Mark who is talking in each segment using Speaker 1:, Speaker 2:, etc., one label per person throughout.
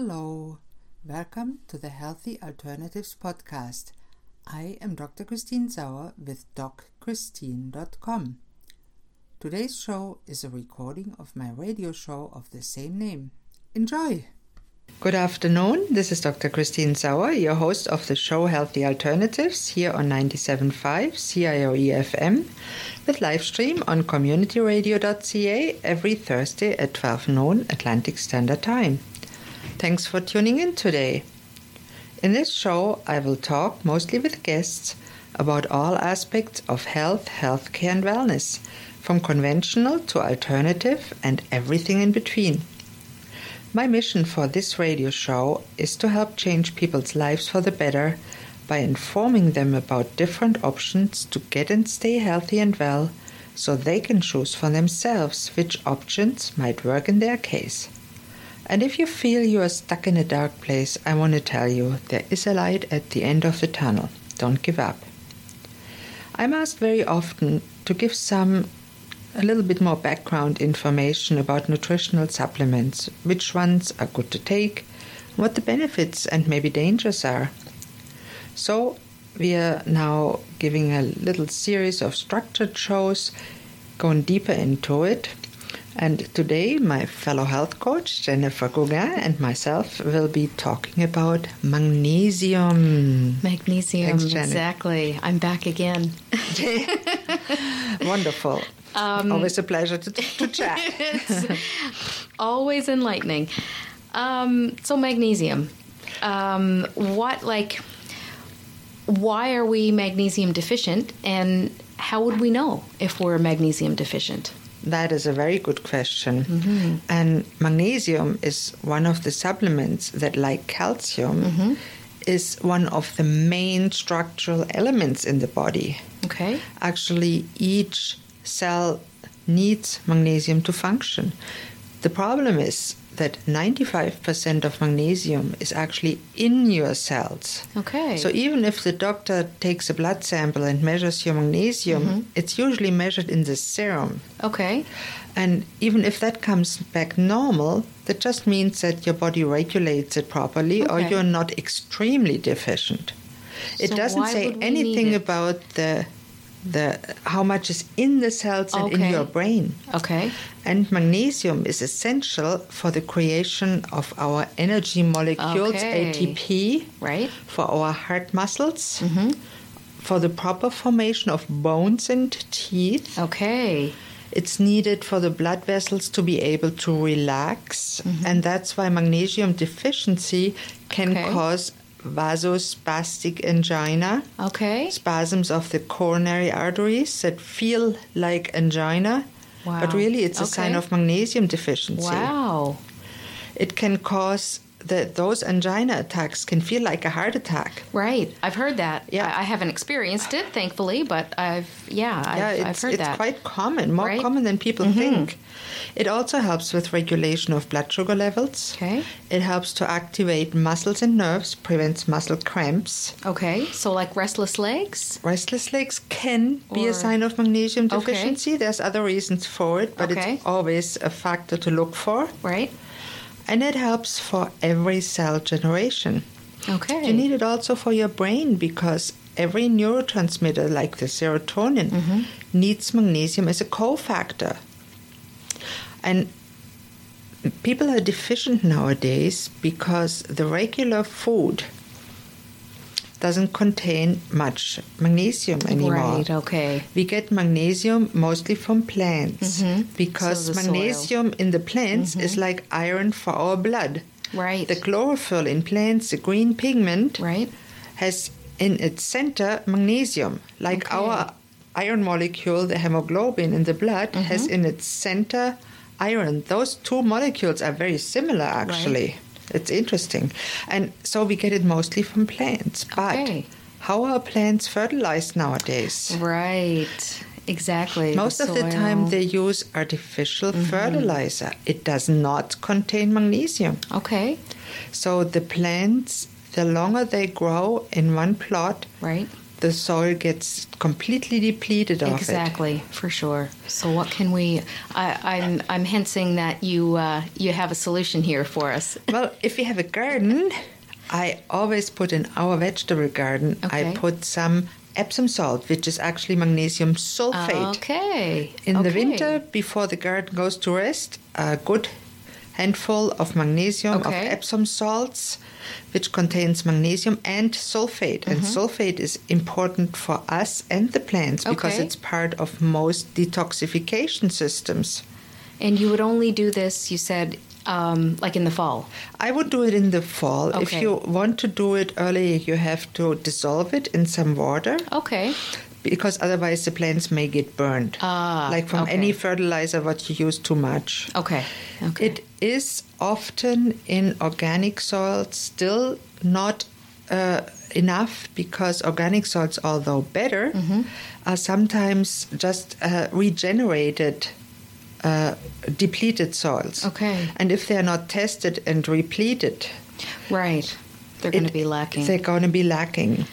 Speaker 1: Hello, welcome to the Healthy Alternatives Podcast. I am Dr. Christine Sauer with DocChristine.com. Today's show is a recording of my radio show of the same name. Enjoy! Good afternoon, this is Dr. Christine Sauer, your host of the show Healthy Alternatives here on 97.5 CIOE FM E with live stream on communityradio.ca every Thursday at 12 noon Atlantic Standard Time. Thanks for tuning in today. In this show, I will talk mostly with guests about all aspects of health, healthcare, and wellness, from conventional to alternative and everything in between. My mission for this radio show is to help change people's lives for the better by informing them about different options to get and stay healthy and well so they can choose for themselves which options might work in their case. And if you feel you are stuck in a dark place, I want to tell you there is a light at the end of the tunnel. Don't give up. I'm asked very often to give some a little bit more background information about nutritional supplements, which ones are good to take, what the benefits and maybe dangers are. So, we are now giving a little series of structured shows, going deeper into it, and today, my fellow health coach Jennifer Gauguin and myself will be talking about magnesium.
Speaker 2: Magnesium,
Speaker 1: Thanks, Janet.
Speaker 2: exactly. I'm back again.
Speaker 1: Wonderful. Always a pleasure to, to chat.
Speaker 2: it's always enlightening. Um, so magnesium. Um, what like? Why are we magnesium deficient, and how would we know if we're magnesium deficient?
Speaker 1: That is a very good question. And magnesium is one of the supplements that, like calcium,
Speaker 2: Mm-hmm.
Speaker 1: is one of the main structural elements in the body.
Speaker 2: Okay.
Speaker 1: Actually, each cell needs magnesium to function. The problem is that 95% of magnesium is actually in your cells.
Speaker 2: Okay.
Speaker 1: So even if the doctor takes a blood sample and measures your magnesium,
Speaker 2: Mm-hmm.
Speaker 1: it's usually measured in the serum.
Speaker 2: Okay.
Speaker 1: And even if that comes back normal, that just means that your body regulates it properly or
Speaker 2: Okay.
Speaker 1: you're not extremely deficient. It
Speaker 2: So
Speaker 1: doesn't
Speaker 2: why
Speaker 1: say
Speaker 2: would we need
Speaker 1: anything
Speaker 2: it?
Speaker 1: about the the how much is in the cells and in
Speaker 2: Okay.
Speaker 1: your brain.
Speaker 2: Okay.
Speaker 1: And magnesium is essential for the creation of our energy molecules
Speaker 2: Okay.
Speaker 1: ATP
Speaker 2: Right.
Speaker 1: for our heart muscles, for the proper formation of bones and teeth.
Speaker 2: Okay.
Speaker 1: It's needed for the blood vessels to be able to relax,
Speaker 2: Mm-hmm.
Speaker 1: and that's why magnesium deficiency can
Speaker 2: Okay.
Speaker 1: cause vasospastic angina,
Speaker 2: Okay.
Speaker 1: spasms of the coronary arteries that feel like angina. But
Speaker 2: Wow.
Speaker 1: really, it's a sign
Speaker 2: Okay.
Speaker 1: of magnesium deficiency.
Speaker 2: Wow.
Speaker 1: It can cause that those angina attacks can feel like a heart attack.
Speaker 2: Right. I've heard that.
Speaker 1: Yeah.
Speaker 2: I, I haven't experienced it, thankfully, but I've yeah, I've,
Speaker 1: yeah, it's,
Speaker 2: I've heard
Speaker 1: it's
Speaker 2: that.
Speaker 1: quite common, more
Speaker 2: Right? Mm-hmm.
Speaker 1: common than people think. It also helps with regulation of blood sugar levels.
Speaker 2: Okay.
Speaker 1: It helps to activate muscles and nerves, prevents muscle cramps.
Speaker 2: Okay, so like restless legs?
Speaker 1: Restless legs can be a
Speaker 2: Or-
Speaker 1: sign of magnesium
Speaker 2: Okay.
Speaker 1: deficiency. There's other reasons for it, but
Speaker 2: Okay.
Speaker 1: it's always a factor to look for.
Speaker 2: Right?
Speaker 1: And it helps for every cell generation.
Speaker 2: Okay.
Speaker 1: You need it also for your brain because every neurotransmitter, like the serotonin,
Speaker 2: Mm-hmm.
Speaker 1: needs magnesium as a cofactor. And people are deficient nowadays because the regular food doesn't contain much magnesium anymore.
Speaker 2: Right, okay.
Speaker 1: We get magnesium mostly from plants because
Speaker 2: Mm-hmm. So the soil. Mm-hmm.
Speaker 1: magnesium in the plants is like iron for our blood.
Speaker 2: Right.
Speaker 1: The chlorophyll in plants, the green pigment,
Speaker 2: Right?
Speaker 1: has in its center magnesium. Like
Speaker 2: Okay.
Speaker 1: our iron molecule, the hemoglobin in the blood,
Speaker 2: Mm-hmm.
Speaker 1: has in its center iron. Those two molecules are very similar, actually. It's interesting. And so we get it mostly from plants. But
Speaker 2: Okay.
Speaker 1: how are plants fertilized nowadays?
Speaker 2: Right. Exactly.
Speaker 1: Most of the time,
Speaker 2: soil. Mm-hmm.
Speaker 1: they use artificial fertilizer. It does not contain magnesium.
Speaker 2: Okay,
Speaker 1: So the plants, the longer they grow in one plot,
Speaker 2: right?
Speaker 1: the soil gets completely depleted of it.
Speaker 2: Exactly, for sure. So what can we? I, I'm I'm hinting that you uh, you have a solution here for us.
Speaker 1: Well, if you have a garden, I always put in our vegetable garden, I
Speaker 2: Okay.
Speaker 1: put some Epsom salt, which is actually magnesium
Speaker 2: Ah,
Speaker 1: sulfate.
Speaker 2: Okay.
Speaker 1: In the
Speaker 2: okay.
Speaker 1: winter, before the garden goes to rest, a good handful of magnesium,
Speaker 2: Okay.
Speaker 1: of Epsom salts, which contains magnesium and sulfate. And
Speaker 2: Mm-hmm.
Speaker 1: sulfate is important for us and the plants because
Speaker 2: Okay.
Speaker 1: it's part of most detoxification systems.
Speaker 2: And you would only do this, you said, um, like in the fall.
Speaker 1: I would do it in the fall. If
Speaker 2: Okay.
Speaker 1: you want to do it earlier, you have to dissolve it in some water.
Speaker 2: Okay.
Speaker 1: Because otherwise, the plants may get burned.
Speaker 2: Ah,
Speaker 1: like from
Speaker 2: okay.
Speaker 1: any fertilizer, what you use too much.
Speaker 2: Okay. Okay.
Speaker 1: It is often in organic soil still not uh, enough because organic soils, although better,
Speaker 2: Mm-hmm.
Speaker 1: are sometimes just uh, regenerated. Uh, depleted soils.
Speaker 2: Okay.
Speaker 1: And if they are not tested and repleted,
Speaker 2: right. They're going to
Speaker 1: it-
Speaker 2: be lacking.
Speaker 1: They're going to be lacking.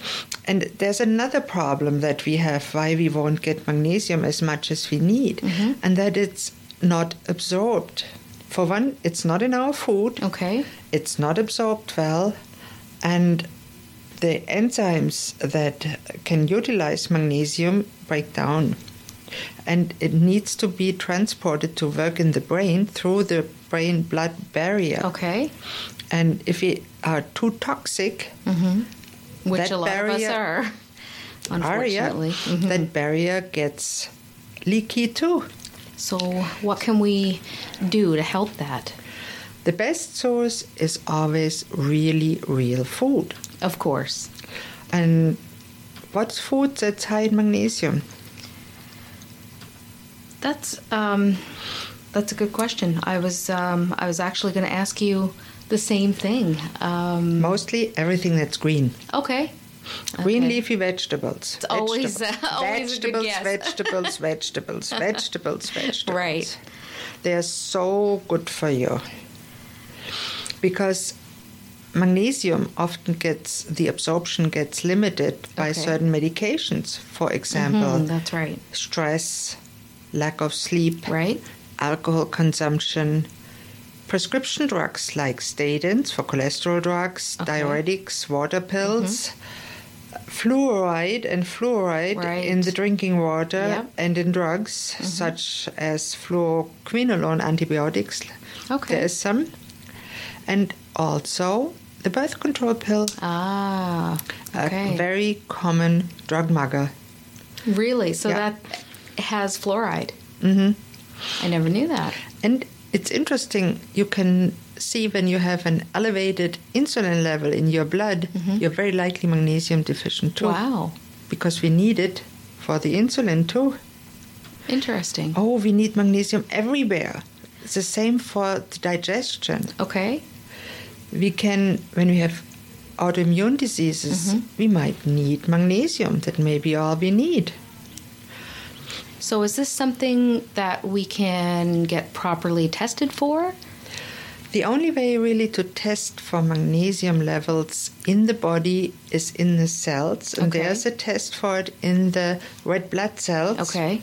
Speaker 1: And there's another problem that we have why we won't get magnesium as much as we need,
Speaker 2: Mm-hmm.
Speaker 1: and that it's not absorbed. For one, it's not in our food,
Speaker 2: okay.
Speaker 1: it's not absorbed well, and the enzymes that can utilize magnesium break down. And it needs to be transported to work in the brain through the brain blood barrier.
Speaker 2: Okay.
Speaker 1: And if we are too toxic,
Speaker 2: Which
Speaker 1: That
Speaker 2: a lot of us
Speaker 1: barrier-
Speaker 2: are,
Speaker 1: are, yeah,
Speaker 2: unfortunately. Mhm.
Speaker 1: that barrier gets leaky too.
Speaker 2: So what can we do to help that?
Speaker 1: The best source is always really real food.
Speaker 2: Of course.
Speaker 1: And what's food that's high in magnesium?
Speaker 2: That's um, that's a good question. I was um, I was actually going to ask you the same thing. Um,
Speaker 1: Mostly everything that's green.
Speaker 2: okay.
Speaker 1: Green
Speaker 2: Okay.
Speaker 1: leafy vegetables.
Speaker 2: It's always-
Speaker 1: vegetables.
Speaker 2: always a good
Speaker 1: vegetables,
Speaker 2: guess.
Speaker 1: vegetables, vegetables, vegetables, vegetables.
Speaker 2: Right.
Speaker 1: They are so good for you. Because magnesium often gets the absorption gets limited by
Speaker 2: Okay.
Speaker 1: certain medications. For example,
Speaker 2: Mm, that's right.
Speaker 1: stress, lack of sleep,
Speaker 2: Right.
Speaker 1: alcohol consumption, prescription drugs like statins for cholesterol drugs,
Speaker 2: Okay. Mm-hmm.
Speaker 1: diuretics, water pills, fluoride and fluoride
Speaker 2: Right.
Speaker 1: in the drinking water
Speaker 2: Yep. Mm-hmm.
Speaker 1: and in drugs such as fluoroquinolone antibiotics.
Speaker 2: Okay.
Speaker 1: There is some. And also the birth control pill,
Speaker 2: Ah. Okay.
Speaker 1: a very common drug mugger.
Speaker 2: Really? So
Speaker 1: Yeah.
Speaker 2: that has fluoride. Mm-hmm. I never knew that.
Speaker 1: And it's interesting, you can see when you have an elevated insulin level in your blood, you're very likely magnesium deficient too.
Speaker 2: Wow.
Speaker 1: Because we need it for the insulin too.
Speaker 2: Interesting.
Speaker 1: Oh, we need magnesium everywhere. It's the same for the digestion.
Speaker 2: Okay.
Speaker 1: We can, when we have autoimmune diseases, we might need magnesium. That may be all we need.
Speaker 2: So is this something that we can get properly tested for?
Speaker 1: The only way really to test for magnesium levels in the body is in the cells, and
Speaker 2: Okay.
Speaker 1: there's a test for it in the red blood cells,
Speaker 2: Okay.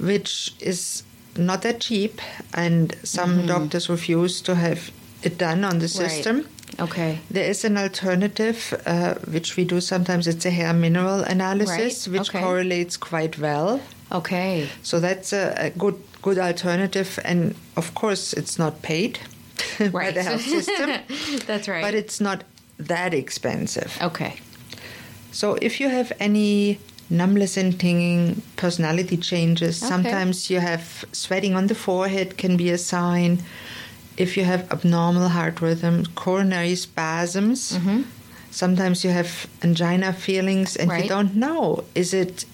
Speaker 1: which is not that cheap, and some
Speaker 2: Mm-hmm.
Speaker 1: doctors refuse to have it done on the system.
Speaker 2: Okay.
Speaker 1: There is an alternative, uh, which we do sometimes. It's a hair mineral analysis,
Speaker 2: Right,
Speaker 1: which
Speaker 2: okay.
Speaker 1: correlates quite well.
Speaker 2: Okay.
Speaker 1: So that's a, a good good alternative, and of course, it's not paid by
Speaker 2: Right.
Speaker 1: the health system,
Speaker 2: That's right.
Speaker 1: but it's not that expensive.
Speaker 2: okay.
Speaker 1: So if you have any numbness and tingling, personality changes,
Speaker 2: Okay.
Speaker 1: sometimes you have sweating on the forehead can be a sign. If you have abnormal heart rhythm, coronary spasms,
Speaker 2: Mm-hmm.
Speaker 1: sometimes you have angina feelings and
Speaker 2: Right.
Speaker 1: you don't know is it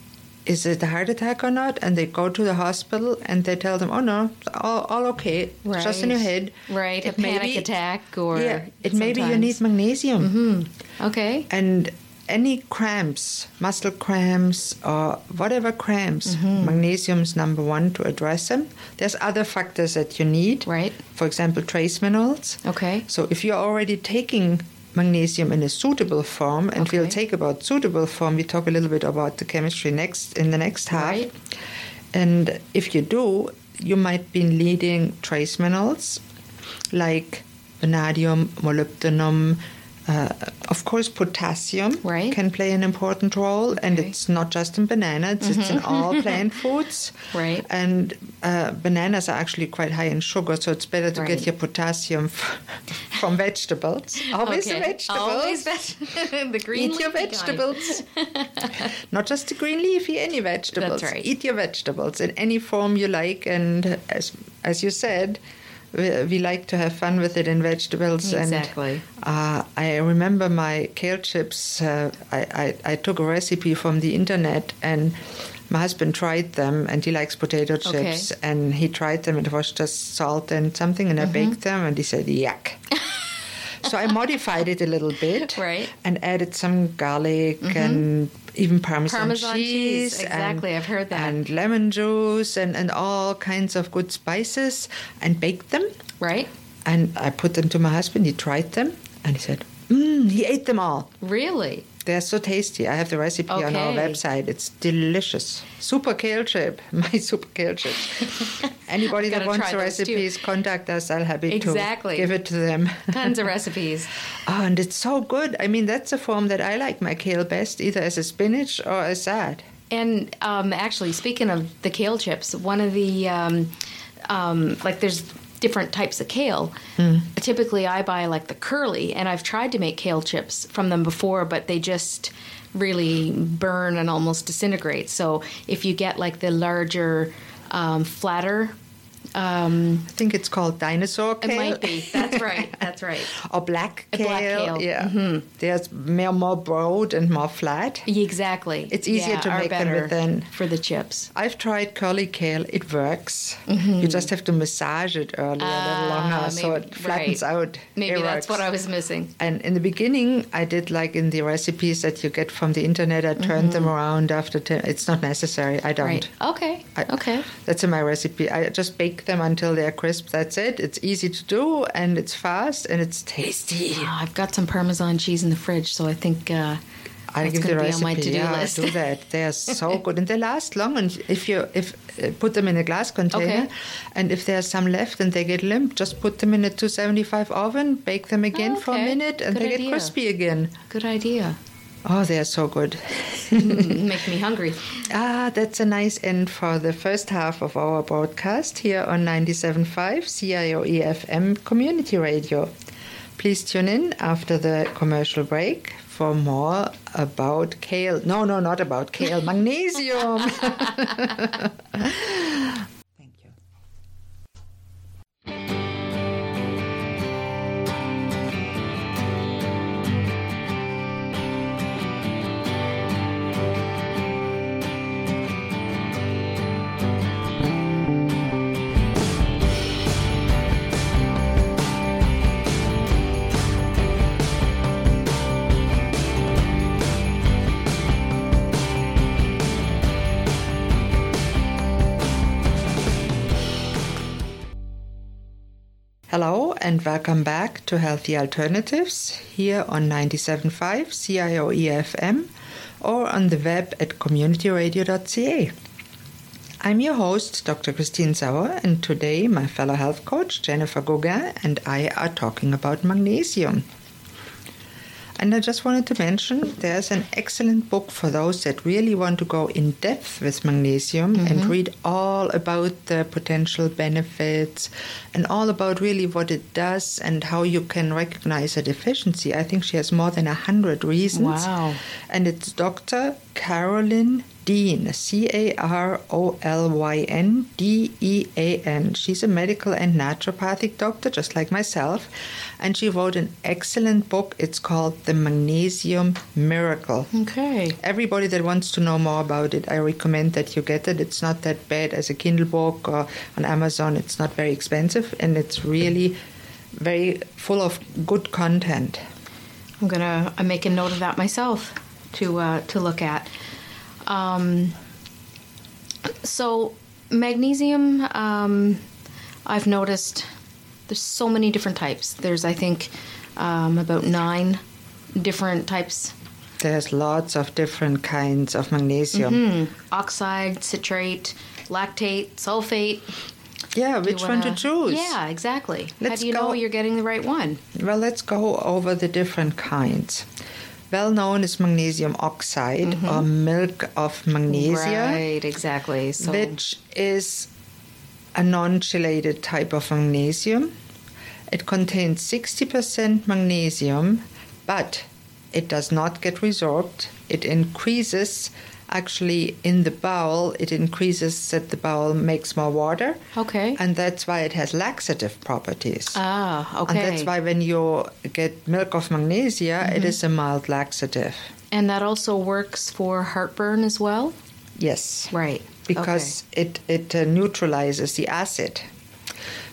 Speaker 1: is it a heart attack or not? And they go to the hospital and they tell them, "Oh no, all, all okay, it's just in your
Speaker 2: Right.
Speaker 1: head."
Speaker 2: Right, a
Speaker 1: It may
Speaker 2: panic
Speaker 1: be-
Speaker 2: attack or
Speaker 1: yeah, it maybe you need
Speaker 2: sometimes-
Speaker 1: magnesium
Speaker 2: Okay.
Speaker 1: and any cramps, muscle cramps or whatever cramps, magnesium is number one to address them. There's other factors that you need.
Speaker 2: Right.
Speaker 1: For example, trace minerals.
Speaker 2: Okay.
Speaker 1: So if you're already taking magnesium in a suitable form, and we'll
Speaker 2: Okay.
Speaker 1: take about suitable form. We talk a little bit about the chemistry next in the next half.
Speaker 2: Right.
Speaker 1: And if you do, you might be leading trace minerals like vanadium, molybdenum. Uh, of course, potassium
Speaker 2: Right.
Speaker 1: can play an important role, and
Speaker 2: Okay. Mm-hmm.
Speaker 1: it's not just in bananas; it's in all plant foods.
Speaker 2: Right.
Speaker 1: And uh, bananas are actually quite high in sugar, so it's better to get
Speaker 2: Right.
Speaker 1: your potassium f- from vegetables. Always the
Speaker 2: Okay.
Speaker 1: vegetables.
Speaker 2: Always veg- the green
Speaker 1: Eat your
Speaker 2: leafy kind.
Speaker 1: vegetables. Not just the green leafy, any vegetables.
Speaker 2: right.
Speaker 1: Eat your vegetables in any form you like. And as, as you said, we, we like to have fun with it in vegetables.
Speaker 2: Exactly.
Speaker 1: And uh, I remember my kale chips. Uh, I, I, I took a recipe from the internet and my husband tried them and he likes potato
Speaker 2: Okay.
Speaker 1: chips and he tried them and it was just salt and something and
Speaker 2: Mm-hmm.
Speaker 1: I baked them and he said yuck. so I modified it a little bit
Speaker 2: Right. Mm-hmm.
Speaker 1: and added some garlic and even parmesan,
Speaker 2: Parmesan cheese,
Speaker 1: cheese.
Speaker 2: exactly,
Speaker 1: and-
Speaker 2: I've heard that.
Speaker 1: And lemon juice and, and all kinds of good spices and baked them.
Speaker 2: Right?
Speaker 1: And I put them to my husband. He tried them and he said, mm, he ate them all.
Speaker 2: Really?
Speaker 1: They're so tasty. I have the recipe on our
Speaker 2: Okay.
Speaker 1: website. It's delicious. Super kale chip. My super kale chip. Anybody that
Speaker 2: Gotta
Speaker 1: wants
Speaker 2: try
Speaker 1: the
Speaker 2: those too.
Speaker 1: recipes, contact us. I'll happy
Speaker 2: Exactly.
Speaker 1: to give it to them.
Speaker 2: Tons of recipes.
Speaker 1: Oh, and it's so good. I mean, that's a form that I like my kale best, either as a spinach or as salad.
Speaker 2: And um, actually, speaking of the kale chips, one of the um, um, like there's different types of kale.
Speaker 1: Hmm.
Speaker 2: Typically, I buy like the curly, and I've tried to make kale chips from them before, but they just really burn and almost disintegrate. So if you get like the larger, um, flatter,
Speaker 1: I think it's called dinosaur
Speaker 2: it
Speaker 1: kale
Speaker 2: might be. That's right. That's right.
Speaker 1: or black
Speaker 2: A
Speaker 1: kale.
Speaker 2: black kale. Mm-hmm.
Speaker 1: Yeah, there's more, more broad and more flat.
Speaker 2: Exactly.
Speaker 1: It's easier
Speaker 2: Yeah,
Speaker 1: to
Speaker 2: are
Speaker 1: make them
Speaker 2: better
Speaker 1: with an-
Speaker 2: for the chips.
Speaker 1: I've tried curly kale; it works. You just have to massage it earlier, a little
Speaker 2: Mm-hmm. Ah,
Speaker 1: longer, so
Speaker 2: maybe-
Speaker 1: it flattens
Speaker 2: right.
Speaker 1: out.
Speaker 2: Maybe
Speaker 1: It works.
Speaker 2: that's what I was missing.
Speaker 1: And in the beginning, I did like in the recipes that you get from the internet. I turned them around after. ten it's not necessary. I don't.
Speaker 2: Mm-hmm. Right. Okay.
Speaker 1: I-
Speaker 2: okay.
Speaker 1: That's in my recipe. I just bake them until they're crisp. That's it. It's easy to do and it's fast and it's tasty.
Speaker 2: Oh, I've got some Parmesan cheese in the fridge, so I think uh,
Speaker 1: I
Speaker 2: that's
Speaker 1: give the
Speaker 2: going to be
Speaker 1: recipe.
Speaker 2: on my to-do
Speaker 1: yeah,
Speaker 2: list.
Speaker 1: do that. They are so good and they last long. And if you if uh, put them in a glass container,
Speaker 2: Okay.
Speaker 1: and if there's some left and they get limp, just put them in a 275 oven, bake them again for a
Speaker 2: okay.
Speaker 1: minute, and
Speaker 2: Good
Speaker 1: they
Speaker 2: idea.
Speaker 1: get crispy again.
Speaker 2: Good idea.
Speaker 1: Oh, they are so good.
Speaker 2: Make me hungry.
Speaker 1: Ah, that's a nice end for the first half of our broadcast here on 97.5 CIOE FM E Community Radio. Please tune in after the commercial break for more about kale. No, no, not about kale, magnesium. Thank you. Hello and welcome back to Healthy Alternatives here on 97.5 CIOE FM E or on the web at communityradio.ca. I'm your host, Dr. Christine Sauer, and today my fellow health coach, Jennifer Gauguin, and I are talking about magnesium. And I just wanted to mention there's an excellent book for those that really want to go in depth with magnesium and read all about the potential benefits and all about really what it does and how you can recognize a deficiency. I think she has more than 100 reasons.
Speaker 2: Wow.
Speaker 1: And it's Dr. Carolyn Dean, C A R O L Y N D E A N. She's a medical and naturopathic doctor, just like myself, and she wrote an excellent book. It's called The Magnesium Miracle.
Speaker 2: Okay.
Speaker 1: Everybody that wants to know more about it, I recommend that you get it. It's not that bad as a Kindle book or on Amazon. It's not very expensive and it's really very full of good content.
Speaker 2: I'm gonna I'm making note of that myself to uh, to look at. Um, so magnesium, um, I've noticed there's so many different types. There's I think um, about nine different types
Speaker 1: There's lots of different kinds of magnesium.
Speaker 2: oxide, citrate, lactate, sulfate.
Speaker 1: Yeah,
Speaker 2: You
Speaker 1: which one to
Speaker 2: wanna-
Speaker 1: choose?
Speaker 2: Yeah, exactly. How
Speaker 1: Let's
Speaker 2: do you
Speaker 1: go-
Speaker 2: know you're getting the right one?
Speaker 1: Well, let's go over the different kinds. Well known is magnesium oxide or milk of magnesia,
Speaker 2: Mm-hmm. Right, exactly. So
Speaker 1: which is a non chelated type of magnesium. It contains 60% magnesium, but it does not get resorbed. It increases actually in the bowel, it increases that the bowel makes more water.
Speaker 2: Okay.
Speaker 1: And that's why it has laxative properties.
Speaker 2: ah, okay. Mm-hmm.
Speaker 1: And that's why when you get milk of magnesia, it is a mild laxative.
Speaker 2: And that also works for heartburn as well?
Speaker 1: Yes,
Speaker 2: Right.
Speaker 1: because it it uh, neutralizes the acid.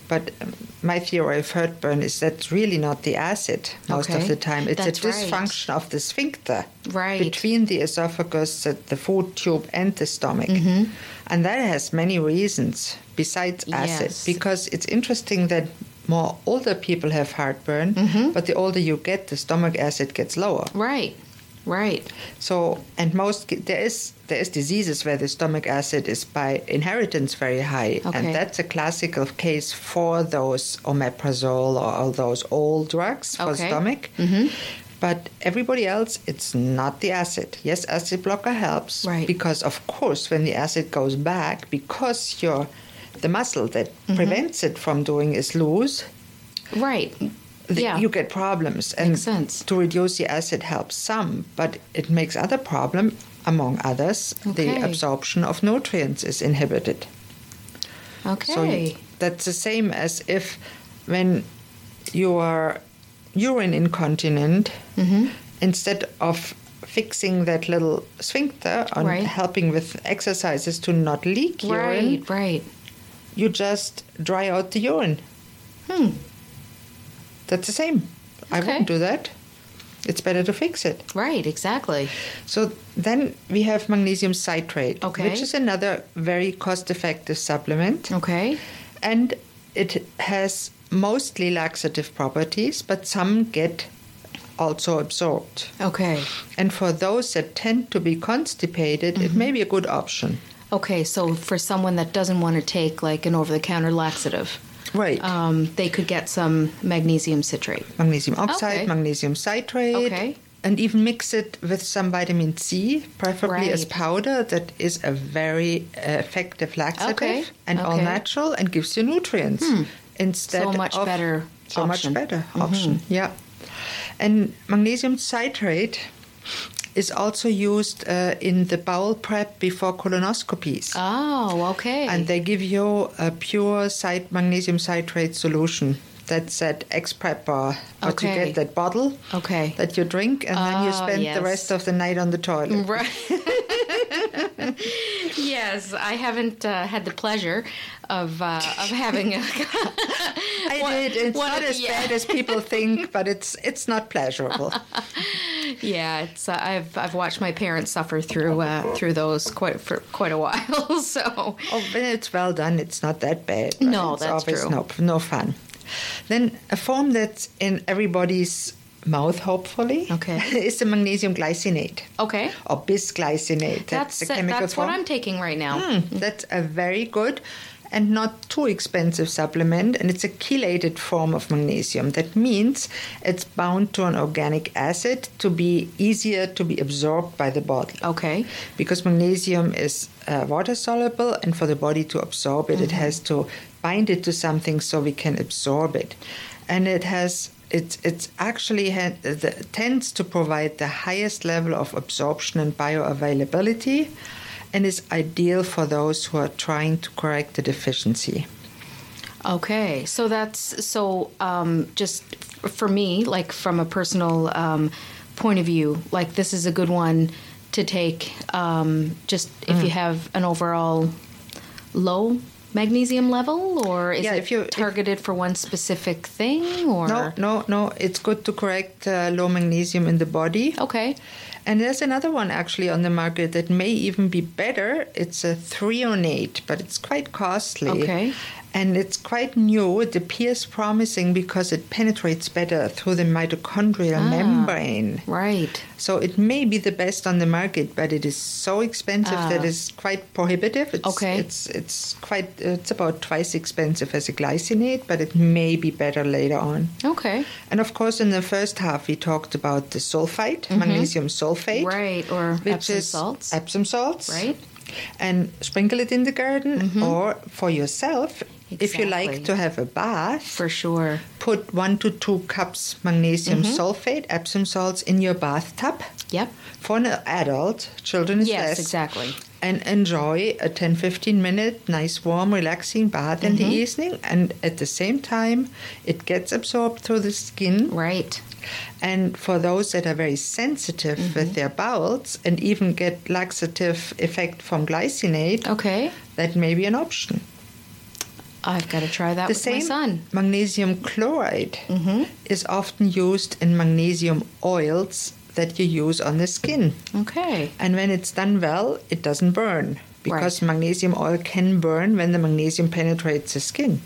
Speaker 1: But um, my theory of heartburn is that's really not the acid most
Speaker 2: Okay.
Speaker 1: of the time. It's
Speaker 2: That's
Speaker 1: a
Speaker 2: right.
Speaker 1: dysfunction of the sphincter
Speaker 2: Right.
Speaker 1: between the esophagus, the, the food tube, and the stomach.
Speaker 2: Mm-hmm.
Speaker 1: And that has many reasons besides acid.
Speaker 2: Yes.
Speaker 1: Because it's interesting that more older people have heartburn, but the older you get, the stomach acid gets lower.
Speaker 2: okay. mm-hmm. Right. Right.
Speaker 1: So, and most there is there is diseases where the stomach acid is by inheritance very high,
Speaker 2: Okay.
Speaker 1: and that's a classical case for those omeprazole or all those old drugs for
Speaker 2: Okay.
Speaker 1: stomach. Mm-hmm. But everybody else, it's not the acid. Yes, acid blocker helps
Speaker 2: Right.
Speaker 1: because, of course, when the acid goes back, because your the muscle that
Speaker 2: Mm-hmm.
Speaker 1: prevents it from doing is loose,
Speaker 2: Right.
Speaker 1: the-
Speaker 2: yeah.
Speaker 1: you get problems. And
Speaker 2: Makes sense.
Speaker 1: To reduce the acid helps some, but it makes other problem. Among others,
Speaker 2: Okay.
Speaker 1: the absorption of nutrients is inhibited.
Speaker 2: okay.
Speaker 1: So you- that's the same as if when you are urine incontinent, instead of fixing that little sphincter and
Speaker 2: Right.
Speaker 1: helping with exercises to not leak urine,
Speaker 2: right. Right.
Speaker 1: you just dry out the urine.
Speaker 2: Hmm.
Speaker 1: That's the same. I
Speaker 2: Okay.
Speaker 1: wouldn't do that. It's better to fix it.
Speaker 2: Right. Exactly.
Speaker 1: So then we have magnesium citrate,
Speaker 2: Okay.
Speaker 1: which is another very cost effective supplement.
Speaker 2: Okay.
Speaker 1: And it has mostly laxative properties, but some get also absorbed.
Speaker 2: Okay.
Speaker 1: And for those that tend to be constipated, it
Speaker 2: Mm-hmm.
Speaker 1: may be a good option.
Speaker 2: Okay. So for someone that doesn't want to take like an over-the-counter laxative,
Speaker 1: Right.
Speaker 2: um, they could get some magnesium citrate.
Speaker 1: magnesium oxide,
Speaker 2: Okay.
Speaker 1: magnesium citrate,
Speaker 2: Okay.
Speaker 1: and even mix it with some vitamin C, preferably as
Speaker 2: Right.
Speaker 1: powder. That is a very uh, effective laxative
Speaker 2: Okay.
Speaker 1: and all
Speaker 2: Okay. Hmm.
Speaker 1: natural and gives you nutrients instead
Speaker 2: So much
Speaker 1: of
Speaker 2: better
Speaker 1: so
Speaker 2: option. Mm-hmm.
Speaker 1: much better option. Yeah, and magnesium citrate. Is also used uh, in the bowel prep before colonoscopies,
Speaker 2: Oh. Okay.
Speaker 1: and they give you a pure cit- magnesium citrate solution. That's that X prep bar, but you
Speaker 2: Okay.
Speaker 1: get that bottle
Speaker 2: okay.
Speaker 1: that you drink and then you
Speaker 2: Ah,
Speaker 1: spend
Speaker 2: yes. Mm.
Speaker 1: the rest of the night on the toilet.
Speaker 2: Right. yes, I haven't uh, had the pleasure of uh, of having a.
Speaker 1: I
Speaker 2: What-
Speaker 1: did. It's
Speaker 2: what-
Speaker 1: not as
Speaker 2: yeah.
Speaker 1: bad as people think, but it's it's not pleasurable.
Speaker 2: yeah, it's uh, I've I've watched my parents suffer through uh, through those quite for quite a while. So
Speaker 1: oh, when it's well done, it's not that bad. but
Speaker 2: No,
Speaker 1: it's
Speaker 2: that's
Speaker 1: always
Speaker 2: true.
Speaker 1: No, no fun. Then a form that's in everybody's mouth, hopefully,
Speaker 2: Okay.
Speaker 1: is the magnesium glycinate
Speaker 2: okay,
Speaker 1: or bisglycinate.
Speaker 2: that's
Speaker 1: the
Speaker 2: that's,
Speaker 1: chemical
Speaker 2: what
Speaker 1: form.
Speaker 2: I'm taking right now.
Speaker 1: Mm, that's a very good and not too expensive supplement, and it's a chelated form of magnesium. That means it's bound to an organic acid to be easier to be absorbed by the body.
Speaker 2: Okay,
Speaker 1: Because magnesium is uh, water soluble, and for the body to absorb it, it has to bind it to something so we can absorb it. And it has it it's actually ha- the, tends to provide the highest level of absorption and bioavailability, and is ideal for those who are trying to correct the deficiency.
Speaker 2: okay, so that's so um, just f- for me, like from a personal um, point of view, like this is a good one to take. Um, just
Speaker 1: Mm.
Speaker 2: if you have an overall low magnesium level, or is
Speaker 1: Yeah,
Speaker 2: it
Speaker 1: if you- if-
Speaker 2: targeted for one specific thing, or
Speaker 1: No, no, no. It's good to correct uh, low magnesium in the body.
Speaker 2: okay,
Speaker 1: And there's another one actually on the market that may even be better. It's a threonate, but it's quite costly.
Speaker 2: Okay.
Speaker 1: and it's quite new. It appears promising because it penetrates better through the mitochondrial
Speaker 2: Ah.
Speaker 1: membrane.
Speaker 2: Right.
Speaker 1: So it may be the best on the market, but it is so expensive
Speaker 2: Ah.
Speaker 1: that it's quite prohibitive. It's,
Speaker 2: Okay.
Speaker 1: It's it's quite it's about twice expensive as a glycinate, but it may be better later on.
Speaker 2: Okay.
Speaker 1: And of course, in the first half, we talked about the sulfite, magnesium sulfate,
Speaker 2: Mm-hmm. Right. Or Epsom salts.
Speaker 1: Epsom salts,
Speaker 2: Right. Mm-hmm.
Speaker 1: And sprinkle it in the garden or for yourself. If you like
Speaker 2: Exactly.
Speaker 1: to have a bath,
Speaker 2: For sure.
Speaker 1: put one to two cups magnesium
Speaker 2: Mm-hmm.
Speaker 1: sulfate, Epsom salts in your bathtub.
Speaker 2: Yep.
Speaker 1: For an adult, children is
Speaker 2: Yes,
Speaker 1: less.
Speaker 2: exactly.
Speaker 1: And enjoy a 10 15 minute nice, warm, relaxing bath in the
Speaker 2: Mm-hmm.
Speaker 1: evening. And at the same time, it gets absorbed through the skin.
Speaker 2: Right.
Speaker 1: And for those that are very sensitive
Speaker 2: Mm-hmm.
Speaker 1: with their bowels and even get laxative effect from glycinate,
Speaker 2: Okay.
Speaker 1: that may be an option.
Speaker 2: I've got to try that
Speaker 1: the
Speaker 2: with
Speaker 1: same Mm-hmm.
Speaker 2: my son.
Speaker 1: magnesium chloride is often used in magnesium oils that you use on the skin.
Speaker 2: Okay.
Speaker 1: And when it's done well, it doesn't burn because magnesium oil can burn when the magnesium penetrates the skin.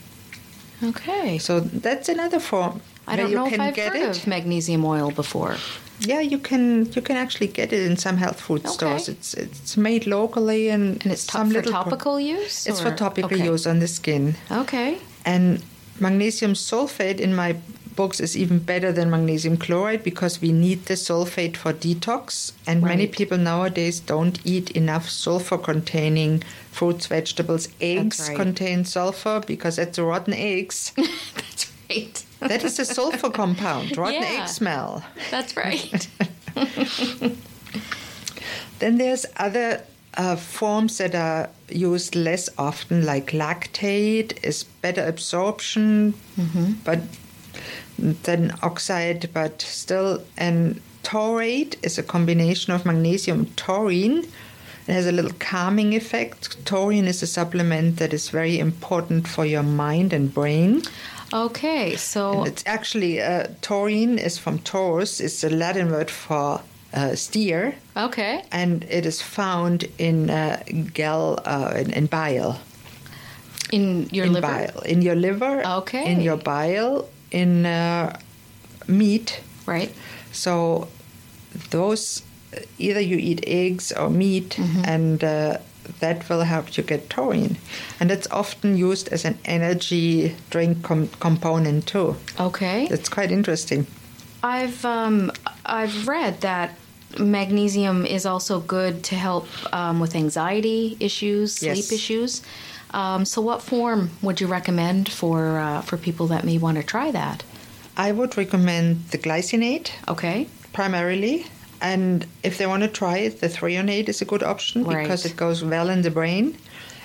Speaker 2: Okay.
Speaker 1: So that's another form. where
Speaker 2: I don't
Speaker 1: you
Speaker 2: know
Speaker 1: can
Speaker 2: if I've
Speaker 1: get
Speaker 2: heard
Speaker 1: it.
Speaker 2: of magnesium oil before.
Speaker 1: Yeah, you can you can actually get it in some health food
Speaker 2: Okay.
Speaker 1: stores. It's it's made locally and
Speaker 2: And it's top,
Speaker 1: some
Speaker 2: for
Speaker 1: little pro-
Speaker 2: topical use?
Speaker 1: It's
Speaker 2: or-
Speaker 1: for topical
Speaker 2: okay.
Speaker 1: use on the skin.
Speaker 2: Okay.
Speaker 1: And magnesium sulfate in my books is even better than magnesium chloride because we need the sulfate for detox and many
Speaker 2: Right.
Speaker 1: people nowadays don't eat enough sulfur containing fruits, vegetables, eggs
Speaker 2: right.
Speaker 1: contain sulfur because that's the rotten eggs.
Speaker 2: That's right.
Speaker 1: that is a sulfur compound, rotten
Speaker 2: Yeah.
Speaker 1: egg smell.
Speaker 2: That's right.
Speaker 1: Then there's other uh, forms that are used less often, like lactate is better absorption, but than oxide, but still. And taurate is a combination of magnesium and taurine. It has a little calming effect. Taurine is a supplement that is very important for your mind and brain.
Speaker 2: okay. So
Speaker 1: And it's actually uh, taurine is from taurus. It's a Latin word for uh, steer
Speaker 2: okay.
Speaker 1: and it is found in uh, gall uh, in, in bile
Speaker 2: In your
Speaker 1: in
Speaker 2: liver.
Speaker 1: bile in your liver
Speaker 2: Okay.
Speaker 1: in your bile in uh, meat
Speaker 2: Right.
Speaker 1: so those either you eat eggs or meat
Speaker 2: Mm-hmm.
Speaker 1: and uh, that will help you get taurine and it's often used as an energy drink com- component too
Speaker 2: Okay.
Speaker 1: it's quite interesting
Speaker 2: I've um, I've read that magnesium is also good to help um, with anxiety issues, sleep
Speaker 1: Yes.
Speaker 2: issues. Um, so, what form would you recommend for uh, for people that may want to try that?
Speaker 1: i would recommend the glycinate
Speaker 2: Okay,
Speaker 1: primarily. And if they want to try it, the threonate is a good option
Speaker 2: Right.
Speaker 1: because it goes well in the brain.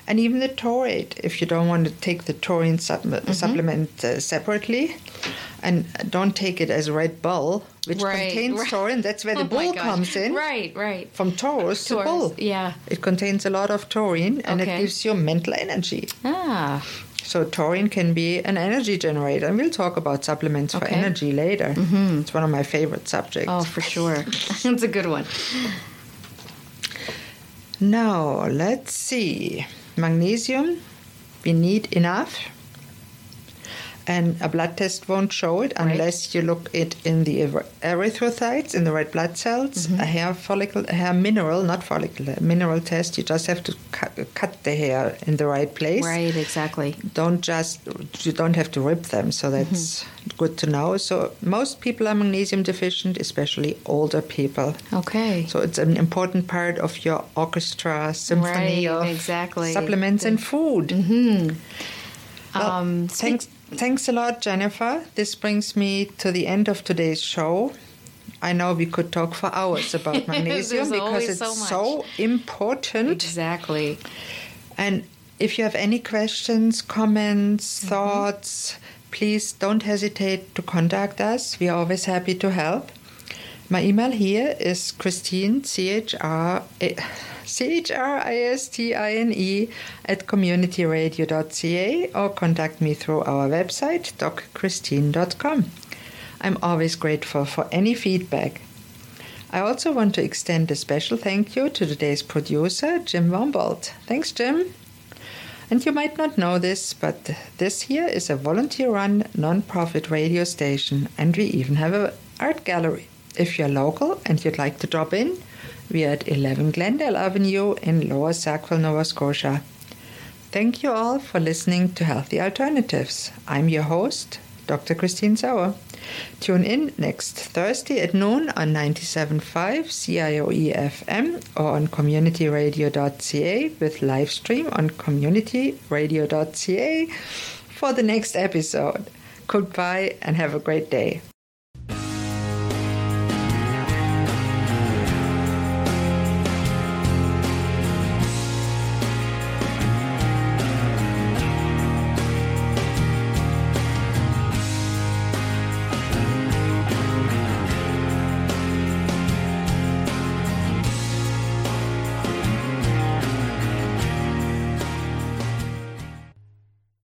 Speaker 1: And even the taurate, if you don't want to take the taurine supp-
Speaker 2: Mm-hmm.
Speaker 1: supplement uh, separately, and don't take it as Red Bull, which
Speaker 2: Right,
Speaker 1: contains
Speaker 2: right.
Speaker 1: taurine. That's where the
Speaker 2: Oh my
Speaker 1: bull
Speaker 2: gosh.
Speaker 1: comes in.
Speaker 2: Right, right.
Speaker 1: From Taurus to
Speaker 2: Taurus,
Speaker 1: bull.
Speaker 2: yeah.
Speaker 1: It contains a lot of taurine and
Speaker 2: Okay.
Speaker 1: it gives you mental energy.
Speaker 2: Ah,
Speaker 1: So taurine can be an energy generator. And we'll talk about supplements for
Speaker 2: Okay. Mm-hmm.
Speaker 1: energy later. It's one of my favorite subjects.
Speaker 2: oh, for sure, it's a good one.
Speaker 1: Now, let's see. Magnesium, we need enough. And a blood test won't show it
Speaker 2: Right.
Speaker 1: unless you look it in the eryth- erythrocytes, in the red blood cells,
Speaker 2: Mm-hmm.
Speaker 1: a hair follicle, a hair mineral, not follicle, a mineral test. You just have to cu- cut the hair in the right place.
Speaker 2: Right, exactly.
Speaker 1: Don't just, you don't have to rip them. So that's
Speaker 2: Mm-hmm.
Speaker 1: good to know. So most people are magnesium deficient, especially older people.
Speaker 2: Okay,
Speaker 1: So it's an important part of your orchestra symphony
Speaker 2: Right,
Speaker 1: of
Speaker 2: exactly.
Speaker 1: supplements and food. Mm-hmm.
Speaker 2: Um,
Speaker 1: thanks, thanks a lot, Jennifer. This brings me to the end of today's show. I know we could talk for hours about magnesium
Speaker 2: There's
Speaker 1: because
Speaker 2: always
Speaker 1: it's
Speaker 2: so
Speaker 1: so,
Speaker 2: much.
Speaker 1: important.
Speaker 2: exactly.
Speaker 1: And if you have any questions, comments, thoughts, please don't hesitate to contact us. We are always happy to help. My email here is Christine, C H R eh, C H R I S T I N E, at communityradio.ca or contact me through our website, docchristine.com. I'm always grateful for any feedback. I also want to extend a special thank you to today's producer, Jim Wombold. Thanks, Jim. And you might not know this, but this here is a volunteer run non-profit radio station, and we even have an art gallery. If you're local and you'd like to drop in, we're at 11 Glendale Avenue in Lower Sackville, Nova Scotia. Thank you all for listening to Healthy Alternatives. I'm your host, Dr. Christine Sauer. Tune in next Thursday at noon on 97.5 CIOE FM E or on communityradio.ca with live stream on communityradio.ca for the next episode. Goodbye and have a great day.